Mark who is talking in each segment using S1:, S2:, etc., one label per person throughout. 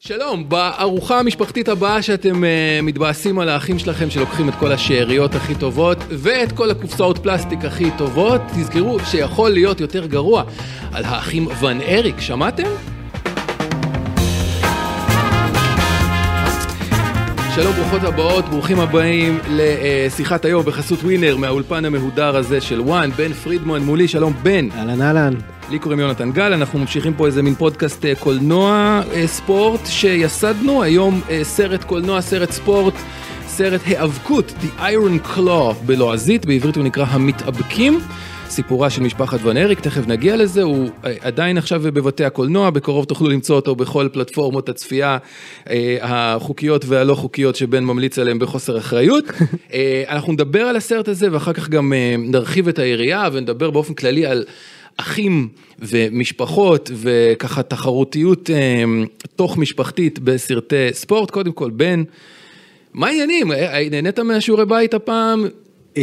S1: שלום, בארוחה המשפחתית הבאה שאתם uh, מתבאסים על האחים שלכם שלוקחים את כל השאריות הכי טובות ואת כל הקופסאות פלסטיק הכי טובות, תזכרו שיכול להיות יותר גרוע. על האחים ון אריק, שמעתם? שלום, ברוכות הבאות, ברוכים הבאים לשיחת היום בחסות ווינר מהאולפן המהודר הזה של וואן, בן פרידמן מולי, שלום בן.
S2: אהלן אהלן.
S1: לי קוראים יונתן גל, אנחנו ממשיכים פה איזה מין פודקאסט אה, קולנוע אה, ספורט שיסדנו, היום אה, סרט קולנוע, סרט ספורט, סרט היאבקות, The Iron Claw בלועזית, בעברית הוא נקרא המתאבקים. סיפורה של משפחת ון אריק, תכף נגיע לזה, הוא אה, עדיין עכשיו בבתי הקולנוע, בקרוב תוכלו למצוא אותו בכל פלטפורמות הצפייה אה, החוקיות והלא חוקיות שבן ממליץ עליהן בחוסר אחריות. אה, אנחנו נדבר על הסרט הזה ואחר כך גם אה, נרחיב את היריעה ונדבר באופן כללי על... אחים ומשפחות וככה תחרותיות אה, תוך משפחתית בסרטי ספורט. קודם כל, בן, מה העניינים? אה, אה, נהנית מהשיעורי בית הפעם?
S2: אה,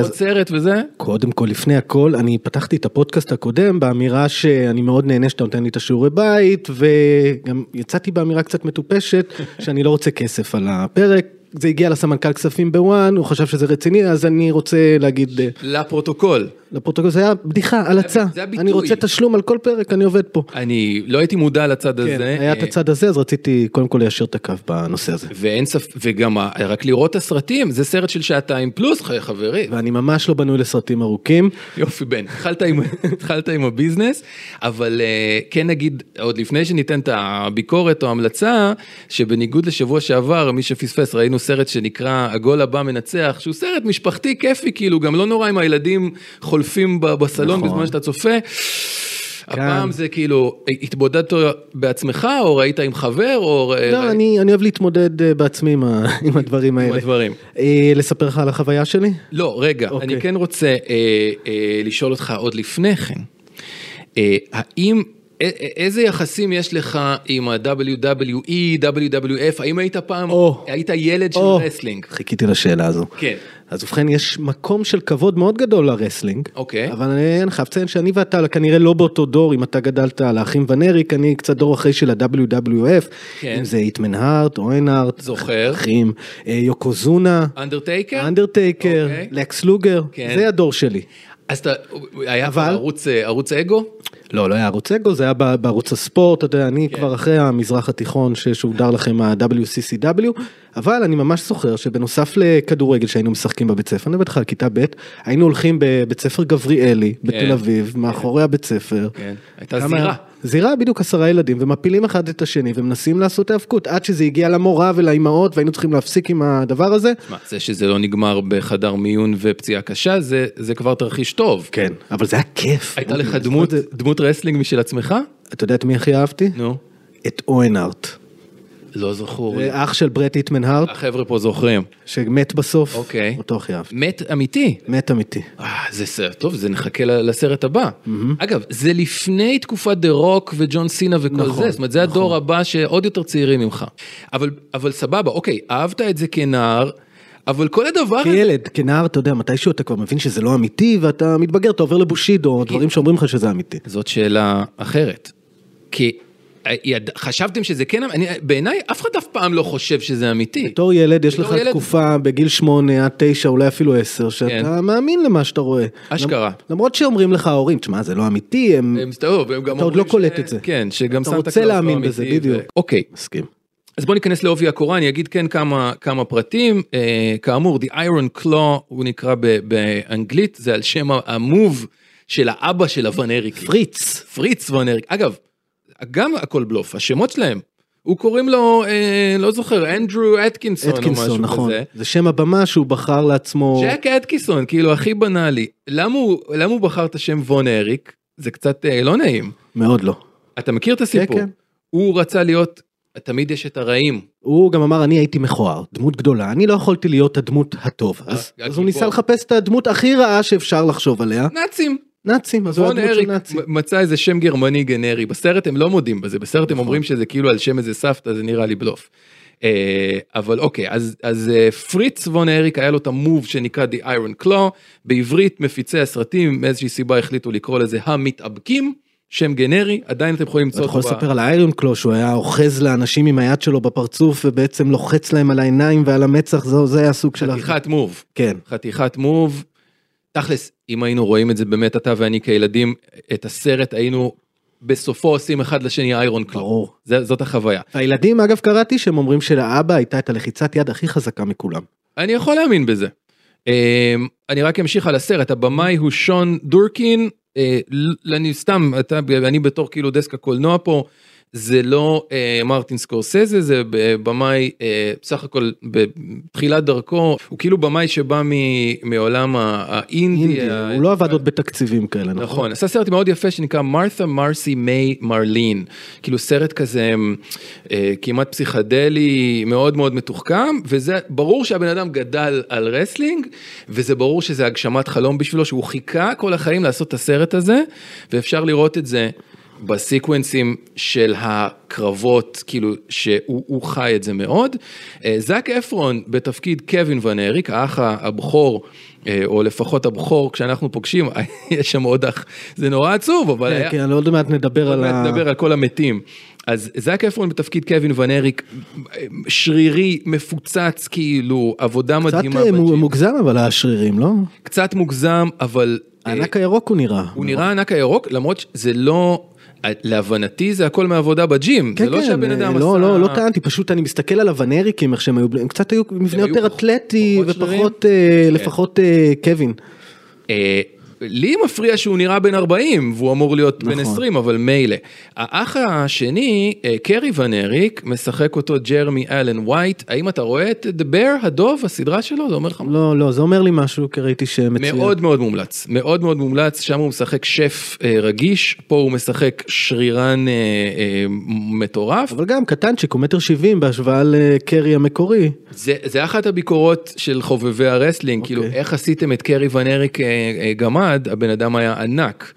S1: עוד
S2: אז
S1: סרט וזה?
S2: קודם כל, לפני הכל, אני פתחתי את הפודקאסט הקודם באמירה שאני מאוד נהנה שאתה נותן לי את השיעורי בית, וגם יצאתי באמירה קצת מטופשת, שאני לא רוצה כסף על הפרק. זה הגיע לסמנכ"ל כספים בוואן, הוא חשב שזה רציני, אז אני רוצה להגיד אה,
S1: לפרוטוקול.
S2: לפרוטוקול, זה היה בדיחה, הלצה.
S1: זה הביטוי.
S2: אני רוצה תשלום על כל פרק, אני עובד פה.
S1: אני לא הייתי מודע לצד
S2: כן,
S1: הזה.
S2: היה את
S1: אה,
S2: הצד הזה, אז רציתי קודם כל ליישר את הקו בנושא הזה.
S1: ואין ספק, וגם ה- רק לראות את הסרטים, זה סרט של שעתיים פלוס, ח- חברים.
S2: ואני ממש לא בנוי לסרטים ארוכים.
S1: יופי בן, התחלת עם, התחלת עם הביזנס, אבל אה, כן נגיד, עוד לפני שניתן את הביקורת או המלצה, שבניגוד לשבוע שעבר, מי שפספס, ראינו סרט שנקרא הגול הבא מנצח, שהוא סרט משפחתי כיפי, כאילו גם לא נורא אם הילדים חולפים ב- בסלון
S2: נכון. כן.
S1: בזמן שאתה צופה. הפעם זה כאילו, התבודדת בעצמך, או ראית עם חבר, או...
S2: לא, אני אני אוהב להתמודד אה, בעצמי עם ה- עם הדברים האלה.
S1: הדברים.
S2: אה, לספר לך על החוויה שלי?
S1: לא, רגע,
S2: אוקיי.
S1: אני כן רוצה אה, אה, לשאול אותך עוד לפני כן, אה, האם, א- א- איזה יחסים יש לך עם E, ה-WWE, WWF, האם היית פעם,
S2: או.
S1: היית ילד של
S2: או,
S1: רסלינג?
S2: חיכיתי לשאלה הזו.
S1: כן.
S2: אז ובכן, יש מקום של כבוד מאוד גדול לרסלינג.
S1: אוקיי.
S2: אבל אני אני חייב לציין שאני ואתה כנראה לא באותו דור, אם אתה גדלת על האחים ון אריק, אני קצת דור אחרי של ה-WWF,
S1: כן.
S2: אם זה איטמן הארט, אוהן הארט,
S1: זוכר.
S2: אחים, אה, יוקוזונה,
S1: אנדרטייקר?
S2: אנדרטייקר,
S1: אוקיי.
S2: לקס לוגר,
S1: כן.
S2: זה הדור שלי.
S1: אז אתה, היה אבל...
S2: אבל-
S1: ערוץ, אה, ערוץ אגו?
S2: לא, לא היה ערוץ אגו, זה היה ב- בערוץ הספורט, אתה יודע,
S1: כן.
S2: אני כבר אחרי המזרח התיכון ש- שהוגדר לכם ה-WCCW, אבל אני ממש זוכר שבנוסף לכדורגל שהיינו משחקים בבית ספר, אני בטח על כיתה ב', היינו הולכים בבית ספר גבריאלי בתל אביב, מאחורי הבית ספר.
S1: כן. הייתה
S2: כמה-
S1: זירה.
S2: זירה בדיוק עשרה ילדים ומפילים אחד את השני ומנסים לעשות האבקות עד שזה הגיע למורה ולאימהות והיינו צריכים להפסיק עם הדבר הזה.
S1: מה, זה שזה לא נגמר בחדר מיון ופציעה קשה, זה, זה כבר תרחיש טוב.
S2: כן, אבל זה היה כיף.
S1: הייתה לך דמות, דמות רסלינג משל עצמך?
S2: אתה יודע את מי הכי אהבתי?
S1: נו.
S2: את אוהן הארט.
S1: לא זכור. לי.
S2: זה אח של ברט איטמן הארט.
S1: החבר'ה פה זוכרים.
S2: שמת בסוף,
S1: אוקיי.
S2: אותו הכי אהבתי,
S1: מת אמיתי.
S2: מת אמיתי.
S1: אה, זה סרט טוב, זה נחכה ל- לסרט הבא. אגב, זה לפני תקופת דה רוק וג'ון סינה וכל
S2: נכון,
S1: זה, זאת אומרת, זה הדור הבא שעוד יותר צעירים ממך. אבל, אבל סבבה, אוקיי, אהבת את זה כנער, אבל כל הדבר הזה...
S2: כילד, כנער, אתה יודע, מתישהו אתה כבר מבין שזה לא אמיתי, ואתה מתבגר, אתה עובר לבושידו,
S1: אוקיי.
S2: דברים שאומרים לך שזה אמיתי.
S1: זאת שאלה אחרת. כי אה, יד- חשבתם שזה כן, אמ- אני, בעיניי אף אחד אף פעם לא חושב שזה אמיתי.
S2: בתור ילד יש
S1: בתור
S2: לך
S1: ילד-
S2: תקופה בגיל שמונה עד תשע, אולי אפילו עשר,
S1: כן.
S2: שאתה מאמין למה שאתה רואה.
S1: אשכרה.
S2: למ- למרות שאומרים לך ההורים, תשמע, זה לא אמיתי, הם...
S1: הם סתובב, הם גם
S2: אתה עוד
S1: אומרים
S2: לא קולט
S1: ש-
S2: את זה.
S1: כן, שגם
S2: אתה
S1: סנטה
S2: רוצה
S1: קלאוס לא
S2: להאמין בזה,
S1: אמיתי ו-
S2: בדיוק.
S1: אוקיי,
S2: מסכים.
S1: אז בוא ניכנס לעובי הקורה, אני אגיד כן כמה, כמה פרטים. אה, כאמור, The Iron Claw, הוא נקרא ב- באנגלית, זה על שם ה- המוב של האבא של הוון אריק.
S2: פריץ.
S1: פריץ וון אריק. אגב, גם הכל בלוף, השמות שלהם. הוא קוראים לו, אה, לא זוכר, אנדרו אתקינסון, או משהו
S2: אתקינסון, נכון.
S1: כזה.
S2: זה שם הבמה שהוא בחר לעצמו.
S1: ג'ק אתקינסון, כאילו הכי בנאלי. למה הוא, למה הוא בחר את השם וון אריק? זה קצת אה, לא נעים.
S2: מאוד לא.
S1: אתה מכיר את הסיפור?
S2: כן.
S1: הוא רצה להיות, תמיד יש את הרעים.
S2: הוא גם אמר אני הייתי מכוער דמות גדולה אני לא יכולתי להיות הדמות הטוב אז,
S1: הגיבור.
S2: אז הוא ניסה לחפש את הדמות הכי רעה שאפשר לחשוב עליה
S1: נאצים.
S2: נאצים אז הוא
S1: רון
S2: הדמות של
S1: אריק
S2: נאצים.
S1: מ- מצא איזה שם גרמני גנרי, בסרט הם לא מודים בזה, בסרט
S2: נכון.
S1: הם אומרים שזה כאילו על שם איזה סבתא, זה נראה לי בלוף. אה, אבל אוקיי, אז, אז אה, פריץ וון אריק היה לו את המוב שנקרא The Iron Claw, בעברית מפיצי הסרטים מאיזושהי סיבה החליטו לקרוא לזה המתאבקים, שם גנרי, עדיין אתם יכולים למצוא
S2: אתה יכול
S1: אותו. ב-
S2: לספר על האיירון קלו שהוא היה אוחז לאנשים עם היד שלו בפרצוף ובעצם לוחץ להם על העיניים ועל המצח זה, זה היה הסוג של... ה-
S1: חתיכת מוב.
S2: כן.
S1: חתיכת מוב. תכלס, אם היינו רואים את זה באמת אתה ואני כילדים, את הסרט היינו בסופו עושים אחד לשני איירון קלו.
S2: ברור.
S1: זה- זאת החוויה.
S2: הילדים אגב קראתי שהם אומרים שלאבא הייתה את הלחיצת יד הכי חזקה מכולם.
S1: אני יכול להאמין בזה. אמ, אני רק אמשיך על הסרט, הבמאי הוא שון דורקין, אה, ל- אני סתם, אתה, אני בתור כאילו דסק הקולנוע פה, זה לא אה, מרטין סקורסזה, זה ב- במאי, אה, בסך הכל בתחילת דרכו, הוא כאילו במאי שבא מ- מעולם ה- האינדי.
S2: אינדי,
S1: ה-
S2: הוא לא עבד עוד בתקציבים כאלה, נכון?
S1: אה, נכון, עשה סרט מאוד יפה שנקרא מרת'ה מרסי מיי מרלין, כאילו סרט כזה אה, כמעט פסיכדלי, מאוד מאוד מתוחכם, וזה ברור שהבן אדם גדל על רסלינג, וזה ברור שזה הגשמת חלום בשבילו, שהוא חיכה כל החיים לעשות את הסרט הזה, ואפשר לראות את זה. בסקוונסים של הקרבות, כאילו שהוא הוא חי את זה מאוד. אה, זאק אפרון בתפקיד קווין ון אריק, האח הבכור, אה, או לפחות הבכור, כשאנחנו פוגשים, יש שם עוד אח, זה נורא עצוב, אבל
S2: כן,
S1: היה...
S2: כן, עוד מעט נדבר
S1: עוד
S2: על
S1: מעט
S2: ה...
S1: נדבר על כל המתים. אז זאק אפרון בתפקיד קווין ון אריק, שרירי, מפוצץ, כאילו, עבודה
S2: קצת
S1: מדהימה.
S2: אה, מו-
S1: בג'ים.
S2: מוגזם אבל השרירים, לא?
S1: קצת מוגזם, אבל... אה,
S2: הענק הירוק הוא נראה.
S1: הוא נראה ענק הירוק, למרות שזה לא... להבנתי זה הכל מעבודה בג'ים,
S2: כן,
S1: זה לא
S2: כן,
S1: שהבן אדם
S2: אה,
S1: עשה...
S2: לא, לא, לא טענתי, פשוט אני מסתכל על הוונריקים, איך שהם היו, בלי- הם קצת היו מבנה
S1: היו
S2: יותר
S1: פחות-
S2: אתלטי
S1: פחות שרירים? כן.
S2: ופחות, אה, לפחות אה, קווין.
S1: אה, לי מפריע שהוא נראה בן 40 והוא אמור להיות בן
S2: נכון.
S1: 20 אבל מילא. האח השני אה, קרי ון אריק משחק אותו ג'רמי אלן ווייט האם אתה רואה את The Bear הדוב הסדרה שלו זה אומר לך
S2: לא, לא, זה אומר לי משהו, כי ראיתי שמצוין.
S1: מאוד מאוד מומלץ מאוד מאוד מומלץ שם הוא משחק שף אה, רגיש פה הוא משחק שרירן אה, אה, מטורף
S2: אבל גם קטנצ'יק, הוא מטר שבעים בהשוואה לקרי המקורי.
S1: זה, זה אחת הביקורות של חובבי הרסלינג, okay. כאילו איך עשיתם את קרי ון אריק אה, אה, גמד, הבן אדם היה ענק,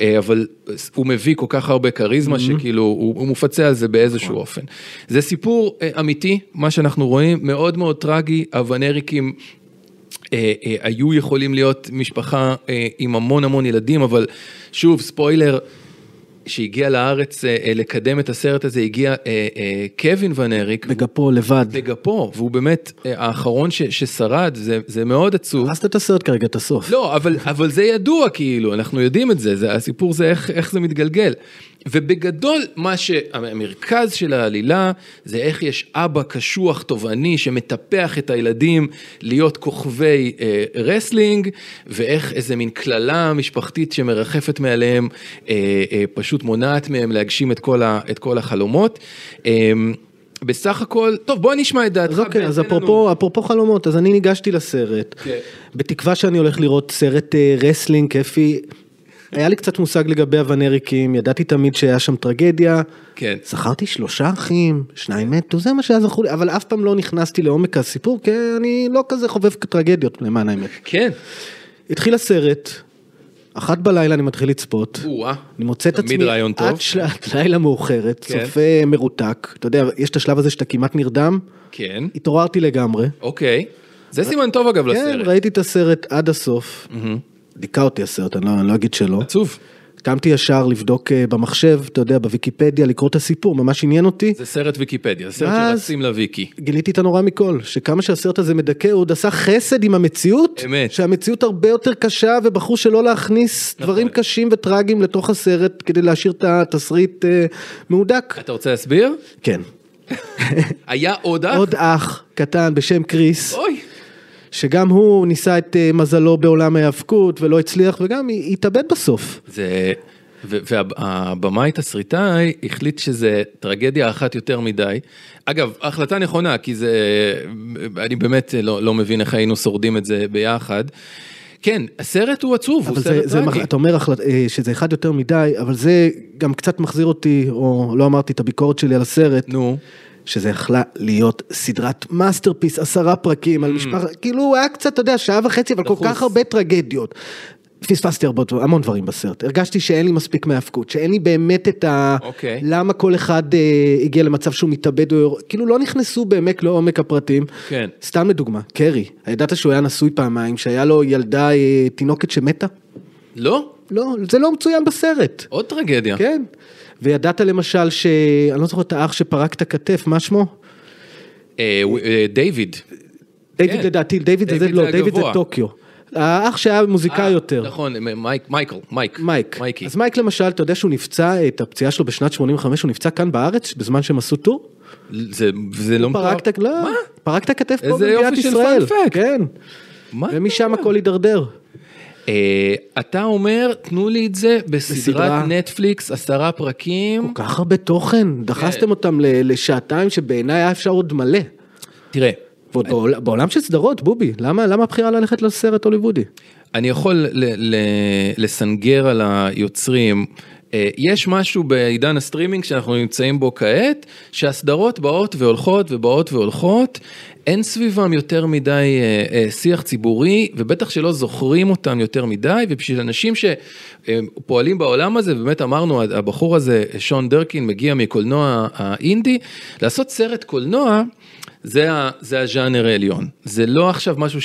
S1: אה, אבל הוא מביא כל כך הרבה כריזמה mm-hmm. שכאילו הוא, הוא מופצה על זה באיזשהו אופן. זה סיפור אה, אמיתי, מה שאנחנו רואים, מאוד מאוד טרגי, הוון אריקים אה, אה, היו יכולים להיות משפחה אה, עם המון המון ילדים, אבל שוב, ספוילר, שהגיע לארץ אה, אה, לקדם את הסרט הזה, הגיע אה, אה, קווין ון אריק.
S2: בגפו לבד.
S1: בגפו, והוא באמת אה, האחרון ש, ששרד, זה, זה מאוד עצוב.
S2: הרסת את הסרט כרגע, את הסוף.
S1: לא, אבל, אבל זה ידוע כאילו, אנחנו יודעים את זה, זה הסיפור זה איך, איך זה מתגלגל. ובגדול, מה שהמרכז של העלילה, זה איך יש אבא קשוח, תובעני, שמטפח את הילדים להיות כוכבי אה, רסלינג, ואיך איזה מין קללה משפחתית שמרחפת מעליהם, אה, אה, פשוט מונעת מהם להגשים את כל, ה, את כל החלומות. אה, בסך הכל, טוב, בוא נשמע את דעתך.
S2: אז אוקיי,
S1: ותן
S2: אז
S1: לנו-
S2: אפרופו, אפרופו חלומות, אז אני ניגשתי לסרט,
S1: כן.
S2: בתקווה שאני הולך לראות סרט אה, רסלינג כיפי. היה לי קצת מושג לגבי הוונריקים, ידעתי תמיד שהיה שם טרגדיה.
S1: כן.
S2: זכרתי שלושה אחים, שניים מתו, זה מה שהיה זכור לי, אבל אף פעם לא נכנסתי לעומק הסיפור, כי אני לא כזה חובב טרגדיות, למען האמת.
S1: כן.
S2: התחיל הסרט, אחת בלילה אני מתחיל לצפות.
S1: או-אה.
S2: אני מוצא את עצמי,
S1: תמיד רעיון טוב.
S2: עד שעת לילה מאוחרת,
S1: כן.
S2: צופה מרותק, אתה יודע, יש את השלב הזה שאתה כמעט נרדם,
S1: כן.
S2: התעוררתי לגמרי.
S1: אוקיי. זה סימן טוב אגב
S2: כן,
S1: לסרט. Mm-hmm.
S2: ראיתי את הסרט עד הסוף, דיכא אותי הסרט, אני לא- אני לא אגיד שלא.
S1: עצוב.
S2: קמתי ישר לבדוק אה, במחשב, אתה יודע, בוויקיפדיה, לקרוא את הסיפור, ממש עניין אותי.
S1: זה סרט ויקיפדיה, זה סרט
S2: ואז-
S1: שרצים לוויקי.
S2: גיליתי את הנורא מכל, שכמה שהסרט הזה מדכא, הוא עוד עשה חסד עם המציאות,
S1: אמת. נכון.
S2: שהמציאות הרבה יותר קשה, ובחרו שלא להכניס דברים קשים וטרגיים לתוך הסרט, כדי להשאיר את התסריט אה, מהודק.
S1: אתה רוצה להסביר?
S2: כן.
S1: היה עוד אח?
S2: עוד אח קטן בשם קריס,
S1: אוי.
S2: שגם הוא ניסה את אה, מזלו בעולם ההיאבקות ולא הצליח, וגם הי- התאבד בסוף.
S1: זה... והבמאי תסריטאי החליט שזה טרגדיה אחת יותר מדי. אגב, החלטה נכונה, כי זה... אני באמת לא, לא מבין איך היינו שורדים את זה ביחד. כן, הסרט הוא עצוב, הוא
S2: אבל זה,
S1: סרט
S2: זה, מח-
S1: טרגי.
S2: אתה אומר החלט- אה, שזה אחד יותר מדי, אבל זה גם קצת מחזיר אותי, או לא אמרתי את הביקורת שלי על הסרט,
S1: נו,
S2: שזה יכלה להיות סדרת מאסטרפיס, עשרה פרקים על
S1: Mm.
S2: משפחה, כאילו הוא היה קצת, אתה יודע, שעה וחצי, אבל כל
S1: דחוס.
S2: כך הרבה טרגדיות. פספסתי הרבה, דברים- המון דברים בסרט, הרגשתי שאין לי מספיק מהאבקות, שאין לי באמת את ה...
S1: אוקיי.
S2: למה כל אחד אה, הגיע למצב שהוא מתאבד, או... יור- כאילו לא נכנסו באמת לעומק הפרטים.
S1: כן.
S2: סתם לדוגמה, קרי, ידעת שהוא היה נשוי פעמיים, שהיה לו ילדה, אה, תינוקת שמתה?
S1: לא?
S2: לא, זה לא מצוין בסרט.
S1: עוד טרגדיה.
S2: כן. וידעת למשל ש... אני לא זוכר את האח שפרק את הכתף, מה שמו?
S1: אה, הוא- אה, דיוויד.
S2: דיוויד
S1: כן.
S2: לדעתי, דיוויד זה זה,
S1: דיוויד
S2: לא,
S1: זה
S2: דיוויד זה
S1: הגבוה.
S2: טוקיו. האח שהיה מוזיקאי
S1: אה,
S2: יותר.
S1: נכון, מ- מייק, מייקל, מייק.
S2: מייק.
S1: מייקי.
S2: אז מייק למשל, אתה יודע שהוא נפצע, את הפציעה שלו בשנת 85, הוא נפצע כאן בארץ, בזמן שהם עשו טור?
S1: זה, זה לא מתואר.
S2: פרק את לא,
S1: מה?
S2: פרק את הכתף פה
S1: איזה
S2: במדינת
S1: יופי של
S2: ישראל.
S1: פאנפאק.
S2: כן.
S1: מה אתה
S2: ומשם
S1: אומר?
S2: הכל הידרדר.
S1: אה, אתה אומר, תנו לי את זה בסדרת
S2: בסדרה.
S1: נטפליקס, עשרה פרקים.
S2: כל כך הרבה תוכן,
S1: אה.
S2: דחסתם אותם ל- לשעתיים שבעיניי היה אפשר עוד מלא. אוקיי.
S1: תראה,
S2: ועוד בעול- בעולם של סדרות, בובי, למה למה הבחירה ללכת לסרט הוליוודי?
S1: אני יכול ל- ל- לסנגר על היוצרים. אה, יש משהו בעידן הסטרימינג שאנחנו נמצאים בו כעת, שהסדרות באות והולכות ובאות והולכות, אין סביבם יותר מדי אה, אה, שיח ציבורי, ובטח שלא זוכרים אותם יותר מדי, ובשביל אנשים שפועלים בעולם הזה, באמת אמרנו, הבחור הזה, שון דרקין, מגיע מקולנוע האינדי, לעשות סרט קולנוע, זה, ה, זה הז'אנר העליון, זה לא עכשיו משהו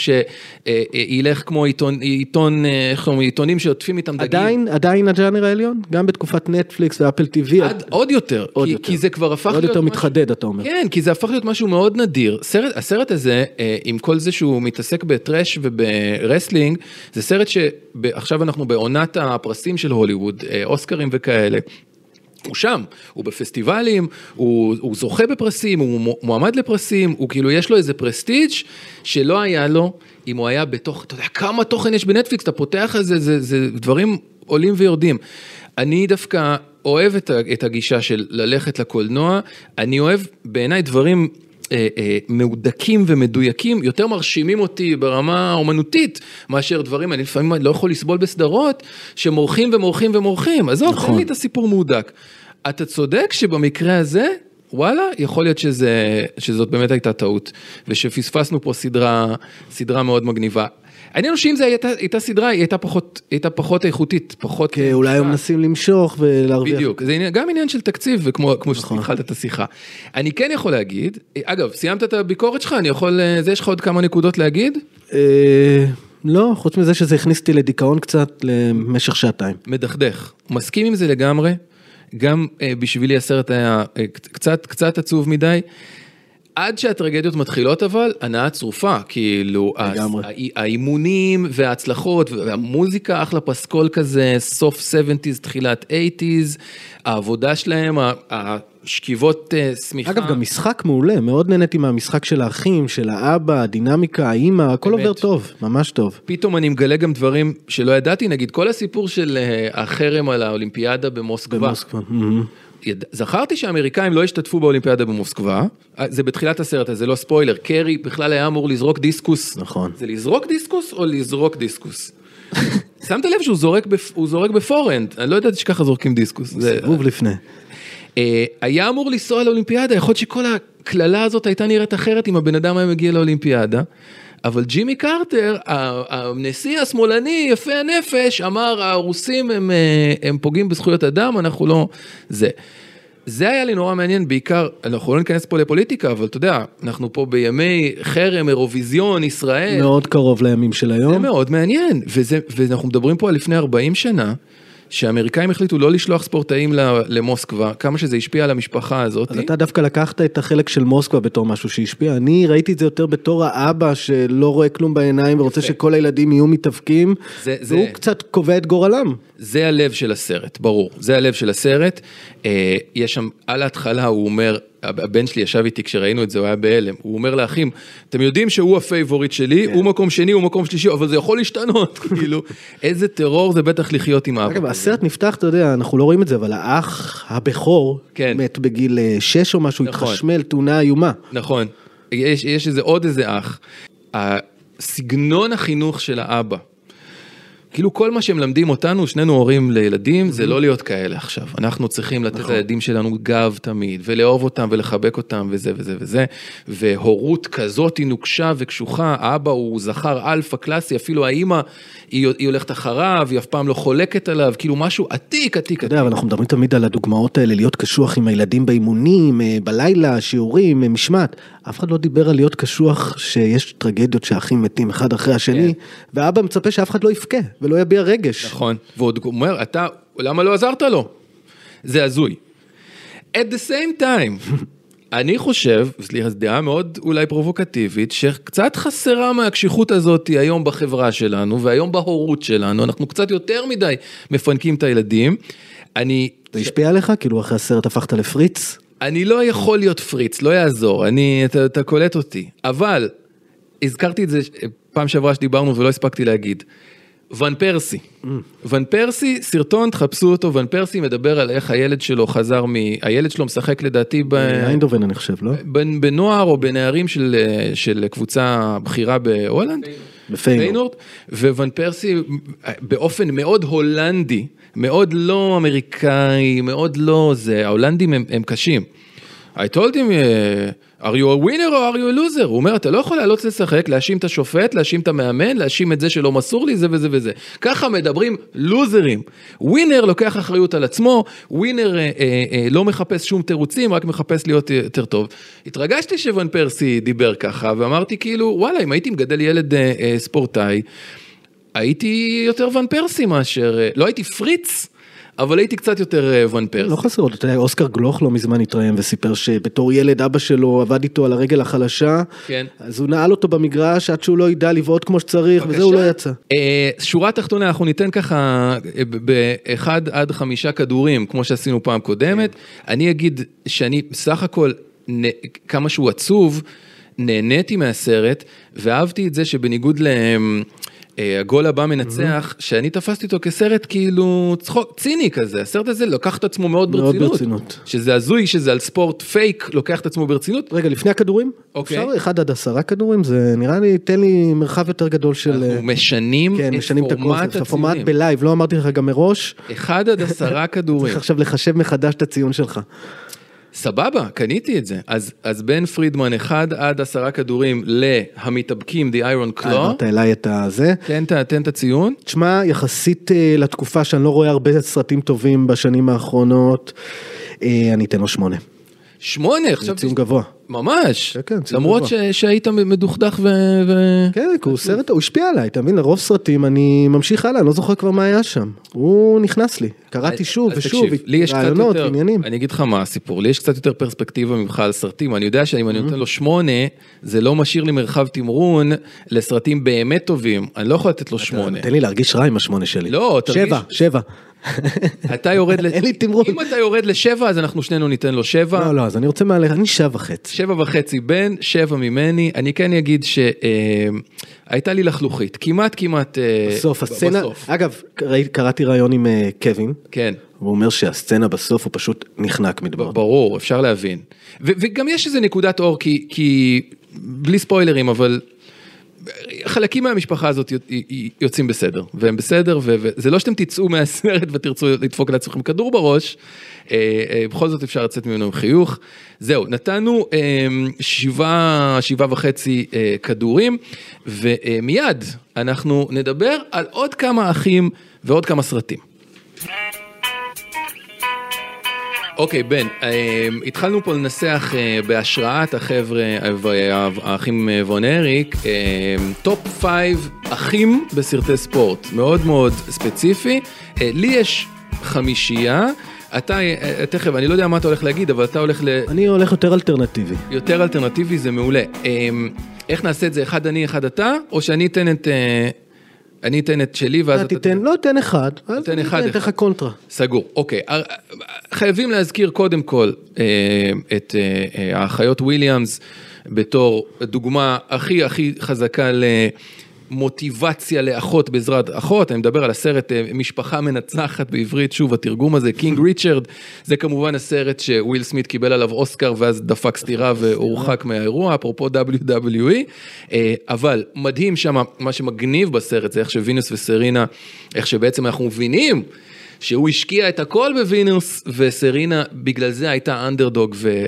S1: שילך כמו עיתון, עיתון, אה, איך אומרים, עיתונים שעוטפים איתם דגים.
S2: עדיין, עדיין הג'אנר העליון? גם בתקופת נטפליקס ואפל טיווי.
S1: עד, עוד יותר,
S2: עוד
S1: כי,
S2: יותר.
S1: כי זה כבר הפך
S2: עוד
S1: להיות
S2: יותר
S1: משהו-
S2: מתחדד, אתה אומר.
S1: כן, כי זה הפך להיות משהו מאוד נדיר. סרט, הסרט הזה, אה, עם כל זה שהוא מתעסק בטרש וברסלינג, זה סרט שעכשיו אנחנו בעונת הפרסים של הוליווד, אה, אוסקרים וכאלה. הוא שם, הוא בפסטיבלים, הוא, הוא זוכה בפרסים, הוא מו- מועמד לפרסים, הוא כאילו יש לו איזה פרסטיג' שלא היה לו אם הוא היה בתוך, אתה יודע כמה תוכן יש בנטפליקס, אתה פותח את זה, זה, זה דברים עולים ויורדים. אני דווקא אוהב את, ה- את הגישה של ללכת לקולנוע, אני אוהב בעיניי דברים אה, אה, מהודקים ומדויקים, יותר מרשימים אותי ברמה האומנותית מאשר דברים, אני לפעמים לא יכול לסבול בסדרות שמורחים ומורחים ומורחים, עזוב, נכון. תן לי את הסיפור מהודק. אתה צודק שבמקרה הזה, וואלה, יכול להיות שזה, שזאת באמת הייתה טעות, ושפספסנו פה סדרה, סדרה מאוד מגניבה. העניין הוא שאם זו הייתה, הייתה סדרה, היא הייתה פחות, הייתה פחות איכותית, פחות...
S2: כי כן, אולי הם מנסים למשוך ולהרוויח.
S1: אה, בדיוק, זה עניין- גם עניין של תקציב, וכמו כמו
S2: נכון.
S1: שהתחלת את השיחה. אני כן יכול להגיד, אגב, סיימת את הביקורת שלך, אני יכול, אה, זה יש לך עוד כמה נקודות להגיד?
S2: אה, לא, חוץ מזה שזה הכניס אותי לדיכאון קצת למשך שעתיים.
S1: מדכדך, מסכים עם זה לגמרי, גם אה, בשבילי הסרט היה אה, קצ- קצת, קצת עצוב מדי. עד שהטרגדיות מתחילות אבל, הנאה צרופה, כאילו, הס-
S2: לגמרי.
S1: האי- האימונים וההצלחות והמוזיקה, אחלה פסקול כזה, סוף 70's, תחילת 80's, העבודה שלהם, ה- השכיבות אה, שמיכה.
S2: אגב, גם משחק מעולה, מאוד נהניתי מהמשחק של האחים, של האבא, הדינמיקה, האימא, הכל
S1: באמת.
S2: עובר טוב, ממש טוב.
S1: פתאום אני מגלה גם דברים שלא ידעתי, נגיד כל הסיפור של אה, החרם על האולימפיאדה במוסקבה.
S2: במוסקבה. מהמם.
S1: יד- זכרתי שהאמריקאים לא השתתפו באולימפיאדה במוסקבה, אה, זה בתחילת הסרט הזה, לא ספוילר, קרי בכלל היה אמור לזרוק דיסקוס.
S2: נכון.
S1: זה לזרוק דיסקוס או לזרוק דיסקוס? שמת לב שהוא זורק, בפ... הוא זורק בפורנד, אני לא ידעתי שככה זורקים דיסקוס. זה...
S2: סיבוב לפני.
S1: אה, היה אמור לנסוע לאולימפיאדה, יכול להיות שכל הקללה הזאת הייתה נראית אחרת אם הבן אדם היה מגיע לאולימפיאדה. אבל ג'ימי קרטר, ה- הנשיא השמאלני, יפה הנפש, אמר הרוסים הם, אה, הם פוגעים בזכויות אדם, אנחנו לא... זה. זה היה לי נורא מעניין, בעיקר, אנחנו לא ניכנס פה לפוליטיקה, אבל אתה יודע, אנחנו פה בימי חרם, אירוויזיון, ישראל,
S2: מאוד קרוב לימים של
S1: אה. זה
S2: היום.
S1: מאוד מעניין, וזה, ואנחנו מדברים פה על לפני 40 שנה, שהאמריקאים החליטו לא לשלוח ספורטאים ל- למוסקבה, כמה שזה השפיע על המשפחה הזאת.
S2: אז אתה דווקא לקחת את החלק של מוסקבה בתור משהו שהשפיע, אני ראיתי את זה יותר בתור האבא שלא רואה כלום בעיניים ורוצה שכל הילדים יהיו מתאבקים,
S1: זה- זה-
S2: והוא קצת קובע את גורלם.
S1: זה הלב של הסרט, ברור, זה הלב של הסרט. אה, יש שם, על ההתחלה הוא אומר, הב- הבן שלי ישב איתי כשראינו את זה, הוא היה בהלם, הוא אומר לאחים, אתם יודעים שהוא הפייבוריט שלי,
S2: כן.
S1: הוא מקום שני, הוא מקום שלישי, אבל זה יכול להשתנות, כאילו, איזה טרור זה בטח לחיות עם
S2: אגב,
S1: האבא.
S2: הסרט נפתח, אתה יודע, אנחנו לא רואים את זה, אבל האח הבכור
S1: כן.
S2: מת בגיל 6 או משהו,
S1: נכון.
S2: התחשמל, תאונה איומה.
S1: נכון, יש, יש איזה עוד איזה אח. הסגנון החינוך של האבא. כאילו כל מה שמלמדים אותנו, שנינו הורים לילדים, זה לא להיות כאלה עכשיו. אנחנו צריכים לתת לילדים שלנו גב תמיד, ולאהוב אותם ולחבק אותם וזה וזה וזה. והורות כזאת היא נוקשה וקשוחה, האבא הוא זכר אלפא קלאסי, אפילו האימא, היא, היא הולכת אחריו, היא אף פעם לא חולקת עליו, כאילו משהו עתיק, עתיק,
S2: אתה יודע, אבל אנחנו מדברים תמיד על הדוגמאות האלה, להיות קשוח עם הילדים באימונים, אה, בלילה, שיעורים, אה, משמעת. אף אחד לא דיבר על להיות קשוח שיש טרגדיות שהאחים מתים אחד אחרי השני, ואבא מצפה שאף אחד לא יבכה ולא יביע רגש.
S1: כן. נכון. ועוד אומר, אתה, למה לא עזרת לו? זה הזוי. At the same time, אני חושב, סליחה, זו דעה מאוד אולי פרובוקטיבית, שקצת חסרה מהקשיחות הזאת היום בחברה שלנו, והיום בהורות שלנו, אנחנו קצת יותר מדי מפנקים את הילדים. אני,
S2: זה השפיע עליך? כאילו אחרי הסרט הפכת לפריץ?
S1: אני לא יכול להיות פריץ, לא יעזור, אני, אתה, אתה קולט אותי. אבל, הזכרתי את זה ש- פעם שעברה שדיברנו ולא הספקתי להגיד. ון פרסי. ון פרסי, סרטון, תחפשו אותו, ון פרסי מדבר על איך הילד שלו חזר מ... הילד שלו משחק לדעתי ב...
S2: איינדובן אני חושב,
S1: אה,
S2: לא?
S1: בנ- בנוער או בנערים של, אה, של קבוצה בכירה בהולנד.
S2: בפיינור.
S1: פיינורד, וואן פרסי אה, באופן מאוד הולנדי, מאוד לא אמריקאי, מאוד לא זה, ההולנדים הם, הם קשים. I told him, אה, are you a winner or are you a loser? הוא אומר, אתה לא יכול לעלות לשחק, להאשים את השופט, להאשים את המאמן, להאשים את זה שלא מסור לי, זה וזה וזה. ככה מדברים לוזרים. ווינר לוקח אחריות על עצמו, ווינר אה, אה, אה, לא מחפש שום תירוצים, רק מחפש להיות יותר טוב. התרגשתי שוון פרסי דיבר ככה, ואמרתי כאילו, וואלה, אם הייתי מגדל ילד אה, אה, ספורטאי, הייתי יותר ון פרסי מאשר, אה, לא הייתי פריץ, אבל הייתי קצת יותר אה, ון פרסי.
S2: לא חסר עוד, אתה יודע, אוסקר גלוך לא מזמן התראיין וסיפר שבתור ילד אבא שלו עבד איתו על הרגל החלשה,
S1: כן.
S2: אז הוא נעל אותו במגרש עד שהוא לא ידע לבעוט כמו שצריך, וזה
S1: בבקשה.
S2: הוא לא יצא.
S1: אה, שורה תחתונה, אנחנו ניתן ככה אה, ב- באחד עד חמישה כדורים, כמו שעשינו פעם קודמת.
S2: כן.
S1: אני אגיד שאני בסך הכל, נ- כמה שהוא עצוב, נהניתי מהסרט, ואהבתי את זה שבניגוד ל... אה, הגול הבא מנצח,
S2: Mm-hmm.
S1: שאני תפסתי אותו כסרט כאילו צחוק, ציני כזה, הסרט הזה לקח את עצמו מאוד
S2: מאוד
S1: ברצינות.
S2: ברצינות.
S1: שזה הזוי שזה על ספורט פייק, לוקח את עצמו ברצינות.
S2: רגע, לפני הכדורים?
S1: אוקיי.
S2: אפשר אחד עד עשרה כדורים? זה נראה לי, תן לי מרחב יותר גדול של... אה,
S1: אנחנו משנים
S2: כן,
S1: את
S2: משנים את
S1: פורמט
S2: הקונספט, הפורמט
S1: הציונים. אוקיי.
S2: בלייב, לא אמרתי לך גם מראש,
S1: אחד עד עשרה כדורים.
S2: צריך עכשיו לחשב מחדש את הציון שלך.
S1: סבבה, קניתי את זה. אז, אז בן פרידמן, אחד עד עשרה כדורים להמתאבקים, The Iron
S2: העברת
S1: Claw.
S2: אה, אליי את הזה.
S1: תן, את ה- תן את הציון.
S2: תשמע, יחסית אה, לתקופה שאני לא רואה הרבה סרטים טובים בשנים האחרונות, אה, אני אתן לו שמונה.
S1: שמונה, עכשיו...
S2: זה ציון גבוה.
S1: ממש.
S2: כן, כן, ציון
S1: למרות ש,
S2: גבוה.
S1: שהיית מדוכדך ו... ו...
S2: כן, כי הוא סרט, הוא השפיע עליי, אתה מבין? לרוב סרטים אני ממשיך הלאה, אני לא זוכר כבר מה היה שם. הוא נכנס לי, קראתי שוב
S1: אז
S2: ושוב,
S1: תקשיב, לי יש קצת
S2: רעיונות,
S1: יותר-
S2: עניינים.
S1: אני אגיד לך מה הסיפור, לי יש קצת יותר פרספקטיבה ממך על סרטים, אני יודע שאם
S2: Mm-hmm.
S1: אני נותן לו שמונה, זה לא משאיר לי מרחב תמרון לסרטים באמת טובים, אני לא יכול לתת לו שמונה.
S2: תן לי להרגיש רע עם השמונה שלי.
S1: לא, תרגיש-
S2: שבע, שבע.
S1: אתה יורד ל...
S2: אין לי תמרון.
S1: אם אתה יורד לשבע, אז אנחנו שנינו ניתן לו שבע.
S2: לא, לא, אז אני רוצה מעליך, אני שעה וחצי.
S1: שבע וחצי בן, שבע ממני, אני כן אגיד שהייתה לי לחלוכית, כמעט כמעט... אה,
S2: בסוף
S1: ב-
S2: הסצנה,
S1: בסוף,
S2: אגב, ראי- קראתי ראיון עם אה, קווין,
S1: כן,
S2: והוא אומר שהסצנה בסוף הוא פשוט נחנק
S1: ב-
S2: מדבר.
S1: ברור, אפשר להבין. ו- וגם יש איזה נקודת אור, כי- כי בלי ספוילרים, אבל חלקים מהמשפחה הזאת יוצ- י- י- יוצאים בסדר, והם בסדר, ו- וזה לא שאתם תצאו מהסרט ותרצו לדפוק לעצמכם כדור בראש, אה, אה, בכל זאת אפשר לצאת ממנו עם חיוך. זהו, נתנו אה, שבעה, שבעה וחצי אה, כדורים, ומיד אנחנו נדבר על עוד כמה אחים ועוד כמה סרטים. אוקיי, בן, אה, התחלנו פה לנסח אה, בהשראת החבר'ה, אה, וה- האחים אה, וון אריק, אה, טופ פייב אחים בסרטי ספורט, מאוד מאוד ספציפי. אה, לי יש חמישייה, אתה, אה, תכף, אני לא יודע מה אתה הולך להגיד, אבל אתה הולך ל...
S2: אני הולך יותר אלטרנטיבי.
S1: יותר אלטרנטיבי, זה מעולה. אה, איך נעשה את זה, אחד אני, אחד אתה, או שאני אתן את... אה, אני אתן את שלי ואז
S2: אתה תיתן, לא, תן אחד, אל
S1: תן אחד,
S2: אני אתן לך
S1: אחד.
S2: קונטרה.
S1: סגור, אוקיי. אה, חייבים להזכיר קודם כל אה, את אה, אה, האחיות וויליאמס בתור דוגמה הכי הכי חזקה למוטיבציה לאחות בעזרת אחות. אני מדבר על הסרט אה, משפחה מנצחת בעברית, שוב התרגום הזה, קינג ריצ'רד. זה כמובן הסרט שוויל סמית קיבל עליו אוסקר ואז דפק סטירה והורחק מהאירוע, אפרופו WWE. אה, אבל מדהים שם, מה שמגניב בסרט זה איך שווינוס וסרינה, איך שבעצם אנחנו מבינים. שהוא השקיע את הכל בווינרס, וסרינה בגלל זה הייתה אנדרדוג ו-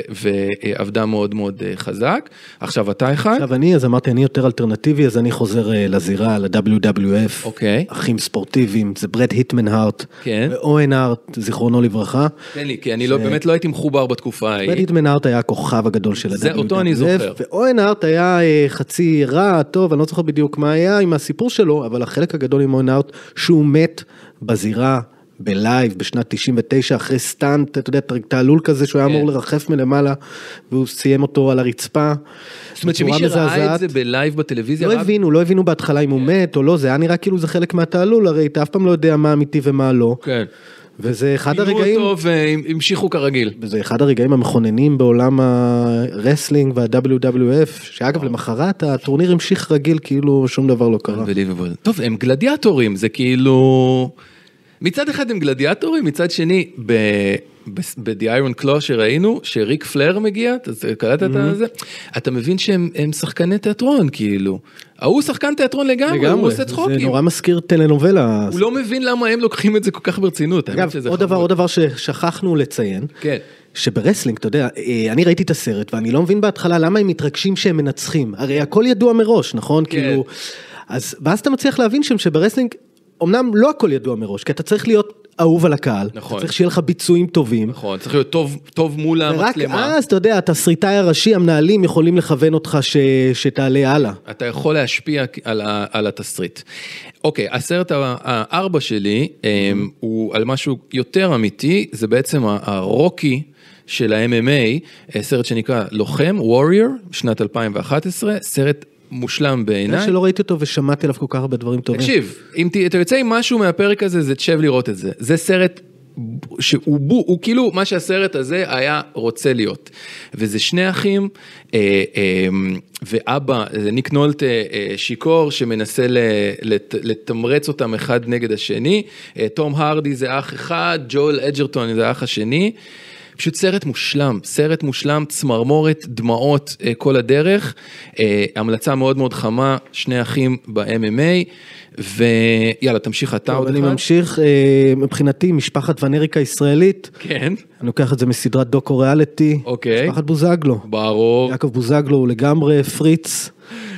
S1: ועבדה מאוד מאוד אה, חזק. עכשיו אתה אחד.
S2: עכשיו אני, אז אמרתי, אני יותר אלטרנטיבי, אז אני חוזר אה, לזירה, ל-WWF.
S1: אוקיי.
S2: אחים ספורטיביים, זה ברד היטמן הארט.
S1: כן.
S2: ואוהן הארט, זיכרונו לברכה.
S1: תן לי, כי אני לא, באמת לא הייתי מחובר בתקופה
S2: ברד
S1: ההיא.
S2: היטמן הארט היה הכוכב הגדול של ה-WWF.
S1: זה, אותו אני זוכר.
S2: ואוהן הארט היה אה, חצי רע, טוב, אני לא זוכר בדיוק מה היה עם הסיפור שלו, אבל החלק הגדול עם אוהן הארט, שהוא מת בזירה. בלייב בשנת 99 אחרי סטאנט, אתה יודע, תעלול כזה שהוא היה
S1: כן.
S2: אמור לרחף מלמעלה והוא סיים אותו על הרצפה.
S1: זאת אומרת שמי
S2: בצורה
S1: שראה את
S2: מזעזעת.
S1: זה בלייב בטלוויזיה,
S2: לא
S1: ראה-
S2: הבינו, לא הבינו בהתחלה אם
S1: כן.
S2: הוא מת או לא, זה היה נראה כאילו זה חלק מהתעלול, הרי אתה אף פעם לא יודע מה אמיתי ומה לא.
S1: כן.
S2: וזה אחד
S1: פינו
S2: הרגעים,
S1: אותו והמשיכו כרגיל.
S2: זה אחד הרגעים המכוננים בעולם הרסלינג וה-WWF, שאגב למחרת הטורניר המשיך רגיל כאילו שום דבר לא קרה.
S1: Unbelievable. טוב, הם גלדיאטורים, זה כאילו... מצד אחד הם גלדיאטורים, מצד שני, ב... ב-The Iron Claw שראינו, שריק פלר מגיע, אתה זה- קלטת את זה? אתה מבין שהם הם שחקני תיאטרון, כאילו. ההוא שחקן תיאטרון לגמרי, כן, הוא עושה
S2: זה
S1: צחוקים.
S2: נורא מזכיר טלנובלה.
S1: הוא לא מבין למה הם לוקחים את זה כל כך ברצינות. האמת
S2: אגב,
S1: שזה
S2: עוד דבר,
S1: חמוד.
S2: עוד דבר ששכחנו לציין,
S1: כן.
S2: שברסלינג, אתה יודע, אה, אני ראיתי את הסרט, ואני לא מבין בהתחלה למה הם מתרגשים שהם מנצחים. הרי הכל ידוע מראש, נכון?
S1: כן.
S2: כאילו... אז, ואז אתה מצליח להבין שם שברסלינג, אמנם לא הכל ידוע מראש, כי אתה צריך להיות אהוב על הקהל.
S1: נכון.
S2: אתה צריך שיהיה לך ביצועים טובים.
S1: נכון, צריך להיות טוב, טוב מול
S2: ורק
S1: המצלמה.
S2: אז, אתה יודע, התסריטאי הראשי, המנהלים יכולים לכוון אותך ש... שתעלה הלאה.
S1: אתה יכול להשפיע על, ה- על התסריט. אוקיי, הסרט ה- הארבע שלי אמ, הוא על משהו יותר אמיתי, זה בעצם ה- הרוקי של ה-MMA, אה, סרט שנקרא לוחם, Warrior, שנת 2011, סרט מושלם
S2: אני
S1: בעיניי.
S2: שלא ראיתי אותו ושמעתי עליו כל כך הרבה דברים טובים.
S1: תקשיב, אם ת- אתה יוצא עם משהו מהפרק הזה, זה תשב לראות את זה. זה סרט שהוא בו, הוא כאילו מה שהסרט הזה היה רוצה להיות. וזה שני אחים, אה, אה, ואבא, זה ניק נולט אה, אה, שיכור, שמנסה ל- לת- לתמרץ אותם אחד נגד השני. אה, תום הרדי זה אח אחד, ג'ואל אג'רטון זה האח השני. פשוט סרט מושלם, סרט מושלם, צמרמורת, דמעות אה, כל הדרך. אה, המלצה מאוד מאוד חמה, שני אחים ב-MMA, ויאללה, תמשיך אתה
S2: טוב,
S1: עוד
S2: אני
S1: אחד.
S2: ממשיך, אה, מבחינתי, משפחת ונריקה ישראלית,
S1: כן,
S2: אני לוקח את זה מסדרת דוקו ריאליטי,
S1: אוקיי.
S2: משפחת בוזגלו.
S1: ברור.
S2: יעקב בוזגלו הוא לגמרי פריץ.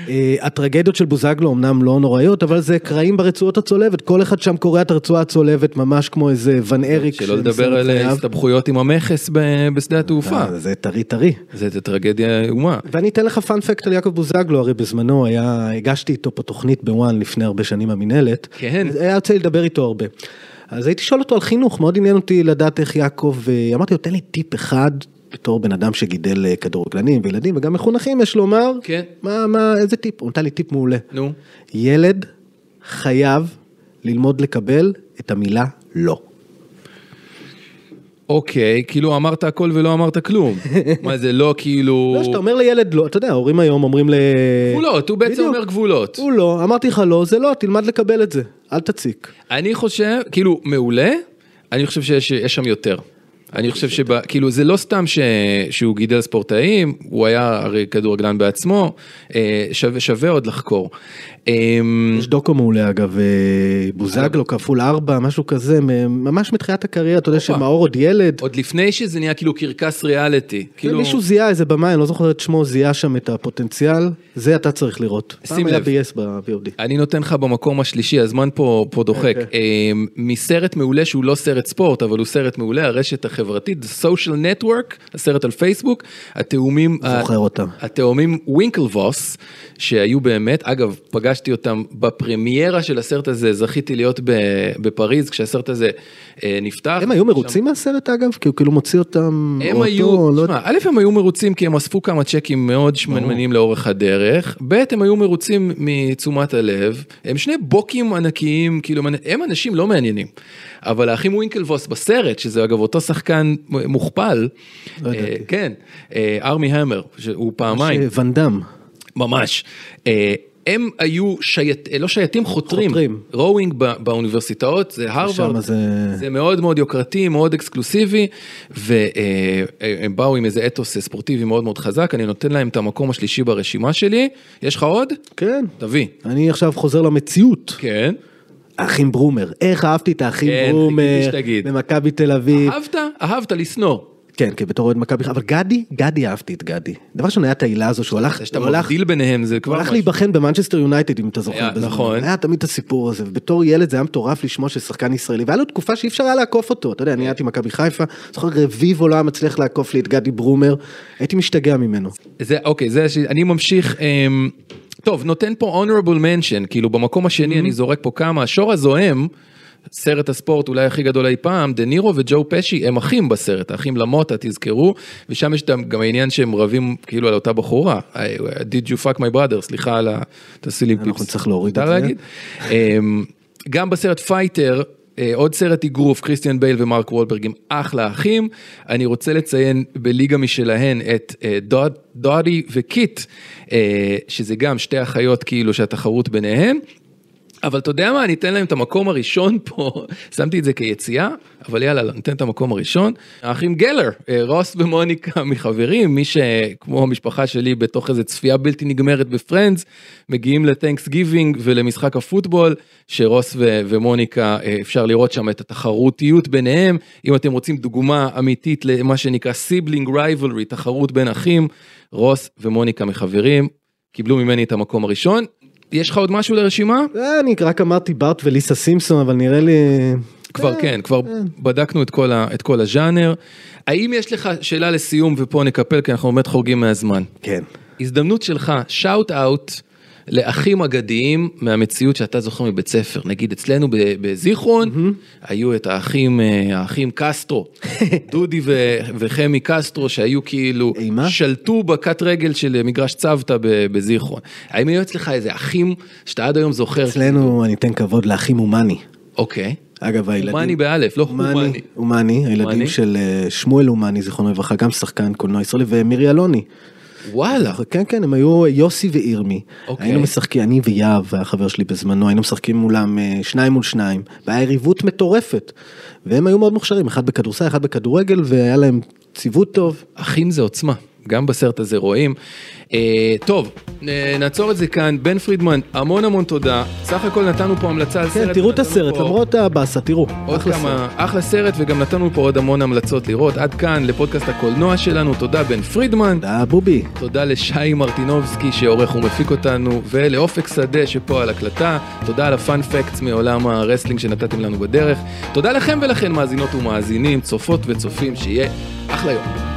S2: אה, הטרגדיות של בוזגלו אמנם לא נוראיות, אבל זה קרעים ברצועות הצולבת, כל אחד שם קורע את הרצועה הצולבת ממש כמו איזה ון אריק.
S1: שלא
S2: שמסיים
S1: לדבר
S2: את
S1: על אה,
S2: חייו.
S1: הסתבכויות עם המכס ב- בשדה התעופה.
S2: אה, זה טרי טרי.
S1: זה זה טרגדיה איומה.
S2: ואני אתן לך פאנפקט על יעקב בוזגלו, הרי בזמנו היה, הגשתי איתו פה תוכנית בוואן לפני הרבה שנים המינהלת.
S1: כן.
S2: אז היה יוצא לי לדבר איתו הרבה. אז הייתי שואל אותו על חינוך, מאוד עניין אותי לדעת איך יעקב, אה, אמרתי לו, תן לי טיפ אחד. בתור בן אדם שגידל אה, כדורגלנים וילדים וגם מחונכים יש לומר,
S1: כן.
S2: מה, מה, איזה טיפ, הוא נתן לי טיפ מעולה.
S1: נו.
S2: ילד חייב ללמוד לקבל את המילה לא.
S1: אוקיי, כאילו אמרת הכל ולא אמרת כלום. מה זה לא כאילו...
S2: לא, שאתה אומר לילד לא, אתה יודע, ההורים היום אומרים ל...
S1: גבולות, הוא בעצם
S2: בדיוק.
S1: אומר גבולות.
S2: הוא לא, אמרתי לך לא, זה לא, תלמד לקבל את זה, אל תציק.
S1: אני חושב, כאילו, מעולה, אני חושב שיש יש שם יותר. אני חושב שב... כאילו, זה לא סתם ש, שהוא גידל ספורטאים, הוא היה הרי כדורגלן בעצמו, אה, שווה, שווה עוד לחקור. אה,
S2: יש דוקו מעולה אגב, אה, בוזגלו כפול ארבע, משהו כזה, מ- ממש מתחילת הקריירה, אתה יודע שמאור עוד ילד,
S1: עוד לפני שזה נהיה כאילו קרקס ריאליטי. כאילו,
S2: מישהו זיהה איזה במאי, אני לא זוכר את שמו, זיהה שם את הפוטנציאל, זה אתה צריך לראות.
S1: שים
S2: פעם היה
S1: לב.
S2: ב-yes ב-VOD.
S1: אני נותן לך במקום השלישי, הזמן פה, פה דוחק. Okay.
S2: אוקיי.
S1: מסרט מעולה שהוא לא סרט ספורט, אבל הוא סרט מעולה, הרשת החברתית, The Social Network, הסרט על פייסבוק, התאומים...
S2: זוכר
S1: ה-
S2: אותם.
S1: התאומים ווינקלבוס, שהיו באמת, אגב, פגשתי אותם בפרמיירה של הסרט הזה, זכיתי להיות ב, בפריז כשהסרט הזה אה, נפתח.
S2: הם היו מרוצים מהסרט אגב? כי הוא כאילו מוציא אותם,
S1: הם
S2: או
S1: היו,
S2: אותו, לא
S1: תשמע, א' הם היו מרוצים כי הם אספו כמה צ'קים מאוד שמנמנים לאורך הדרך, ב' הם היו מרוצים מתשומת הלב, הם שני בוקים ענקיים, כאילו הם- הם אנשים לא מעניינים, אבל האחים ווינקלבוס בסרט, שזה אגב אותו שחקן מ- מוכפל, אה,
S2: לא ידעתי.
S1: כן, אה, ארמי המר, שהוא פעמיים,
S2: אה, ואן דאם.
S1: ממש. אה, הם היו שייט, אה, לא שייטים, חותרים,
S2: חותרים. אה,
S1: רואינג בא, באוניברסיטאות, זה
S2: שמה
S1: הרווארד,
S2: זה-
S1: זה מאוד מאוד יוקרתי, מאוד אקסקלוסיבי, והם באו עם איזה אתוס אה, ספורטיבי מאוד מאוד חזק, אני נותן להם את המקום השלישי ברשימה שלי, יש לך עוד?
S2: כן.
S1: תביא.
S2: אני עכשיו חוזר למציאות.
S1: כן.
S2: האחים ברומר, איך אהבתי את האחים
S1: כן,
S2: ברומר,
S1: חיכיתי שתגיד. אה,
S2: במכבי תל אביב.
S1: אהבת? אהבת לשנוא.
S2: כן, כן, בתור אוהד מכבי, אבל גדי, גדי אהבתי את גדי. דבר ראשון היה את העילה הזו שהוא הלך,
S1: זה שאתה
S2: הוא הלך,
S1: מבדיל ביניהם זה
S2: הוא
S1: כבר
S2: הלך
S1: משהו.
S2: להיבחן במנצ'סטר יונייטד אם אתה זוכר.
S1: היה,
S2: בזמנו.
S1: נכון.
S2: היה תמיד את הסיפור הזה, ובתור ילד זה היה מטורף לשמוע ששחקן ישראלי, והיה לו תקופה שאי אפשר היה לעקוף אותו, אתה יודע,
S1: כן.
S2: אני הייתי מכבי חיפה, זוכר רביבו לא היה מצליח לעקוף לי את גדי ברומר, הייתי משתגע ממנו.
S1: זה אוקיי זה ש... אני ממשיך אמ... טוב נותן פה honorable mention כאילו במקום השני
S2: Mm-hmm.
S1: אני זורק פה כמה השור הזוהם. סרט הספורט אולי הכי גדול אי פעם, דה נירו וג'ו פשי הם אחים בסרט, האחים למוטה תזכרו, ושם יש גם גם העניין שהם רבים כאילו על אותה בחורה, I- uh, did you fuck my brother, סליחה על ה... תעשי לי פיפס.
S2: אנחנו נצטרך להוריד את
S1: מותר
S2: זה.
S1: להגיד? אמ, גם בסרט פייטר, אה, עוד סרט אגרוף, כריסטיאן בייל ומרק וולברג הם אחלה אחים. אני רוצה לציין בליגה משלהן את אה, דוד- דודי וקיט, אה, שזה גם שתי אחיות כאילו שהתחרות ביניהן. אבל אתה יודע מה, אני אתן להם את המקום הראשון פה, שמתי את זה כיציאה, אבל יאללה, ניתן את המקום הראשון. האחים גלר, אה, רוס ומוניקה מחברים, מי שכמו המשפחה שלי בתוך איזו צפייה בלתי נגמרת בפרנדס, מגיעים לטנקס גיבינג ולמשחק הפוטבול, שרוס ו- ומוניקה, אה, אפשר לראות שם את התחרותיות ביניהם. אם אתם רוצים דוגמה אמיתית למה שנקרא סיבלינג רייבלרי, תחרות בין אחים, רוס ומוניקה מחברים, קיבלו ממני את המקום הראשון. יש לך עוד משהו לרשימה?
S2: אה, אני רק אמרתי בארט וליסה סימפסון, אבל נראה לי... אה,
S1: כבר כן, כבר בדקנו את כל, ה, את כל הז'אנר. האם יש לך שאלה לסיום ופה נקפל כי אנחנו באמת חורגים מהזמן?
S2: כן.
S1: הזדמנות שלך, שאוט אאוט לאחים אגדיים מהמציאות שאתה זוכר מבית ספר. נגיד אצלנו ב- בזיכרון היו את האחים, אה, האחים קסטרו, דודי ו- וחמי קסטרו שהיו כאילו,
S2: אימה?
S1: שלטו בכת רגל של מגרש צוותא ב- בזיכרון. האם היו אצלך איזה אחים שאתה עד היום זוכר?
S2: אצלנו אני אתן כבוד לאחים אומני.
S1: אוקיי.
S2: אגב, הילדים...
S1: הומני באלף, לא הומני.
S2: אומני, אומני,
S1: אומני?
S2: הילדים של אה, שמואל אומני, זיכרונו לברכה, גם שחקן קולנוע ישראלי, ומירי אלוני.
S1: וואלה.
S2: כן, כן, הם היו יוסי וירמי.
S1: אוקיי.
S2: היינו משחקים, אני ויהב, החבר שלי בזמנו, היינו משחקים מולם אה, שניים מול שניים, והיה יריבות מטורפת. והם היו מאוד מוכשרים, אחד בכדורסל, אחד בכדורגל, והיה להם ציוות טוב.
S1: אחים זה עוצמה, גם בסרט הזה רואים. אה, טוב, אה, נעצור את זה כאן. בן פרידמן, המון המון תודה. סך הכל נתנו פה המלצה על סרט.
S2: כן, תראו את
S1: ונתנו
S2: הסרט,
S1: פה
S2: למרות הבאסה, תראו.
S1: עוד
S2: אחלה
S1: כמה, אחלה סרט, וגם נתנו פה עוד המון המלצות לראות. עד כאן לפודקאסט הקולנוע שלנו. תודה, בן פרידמן.
S2: תודה, בובי.
S1: תודה לשי מרטינובסקי שעורך ומפיק אותנו, ולאופק שדה שפה על הקלטה. תודה על הפאנפקטס מעולם הרסלינג שנתתם לנו בדרך. תודה לכם ולכן מאזינות ומאזינים, צופות וצופים, שיהיה אחלה יום.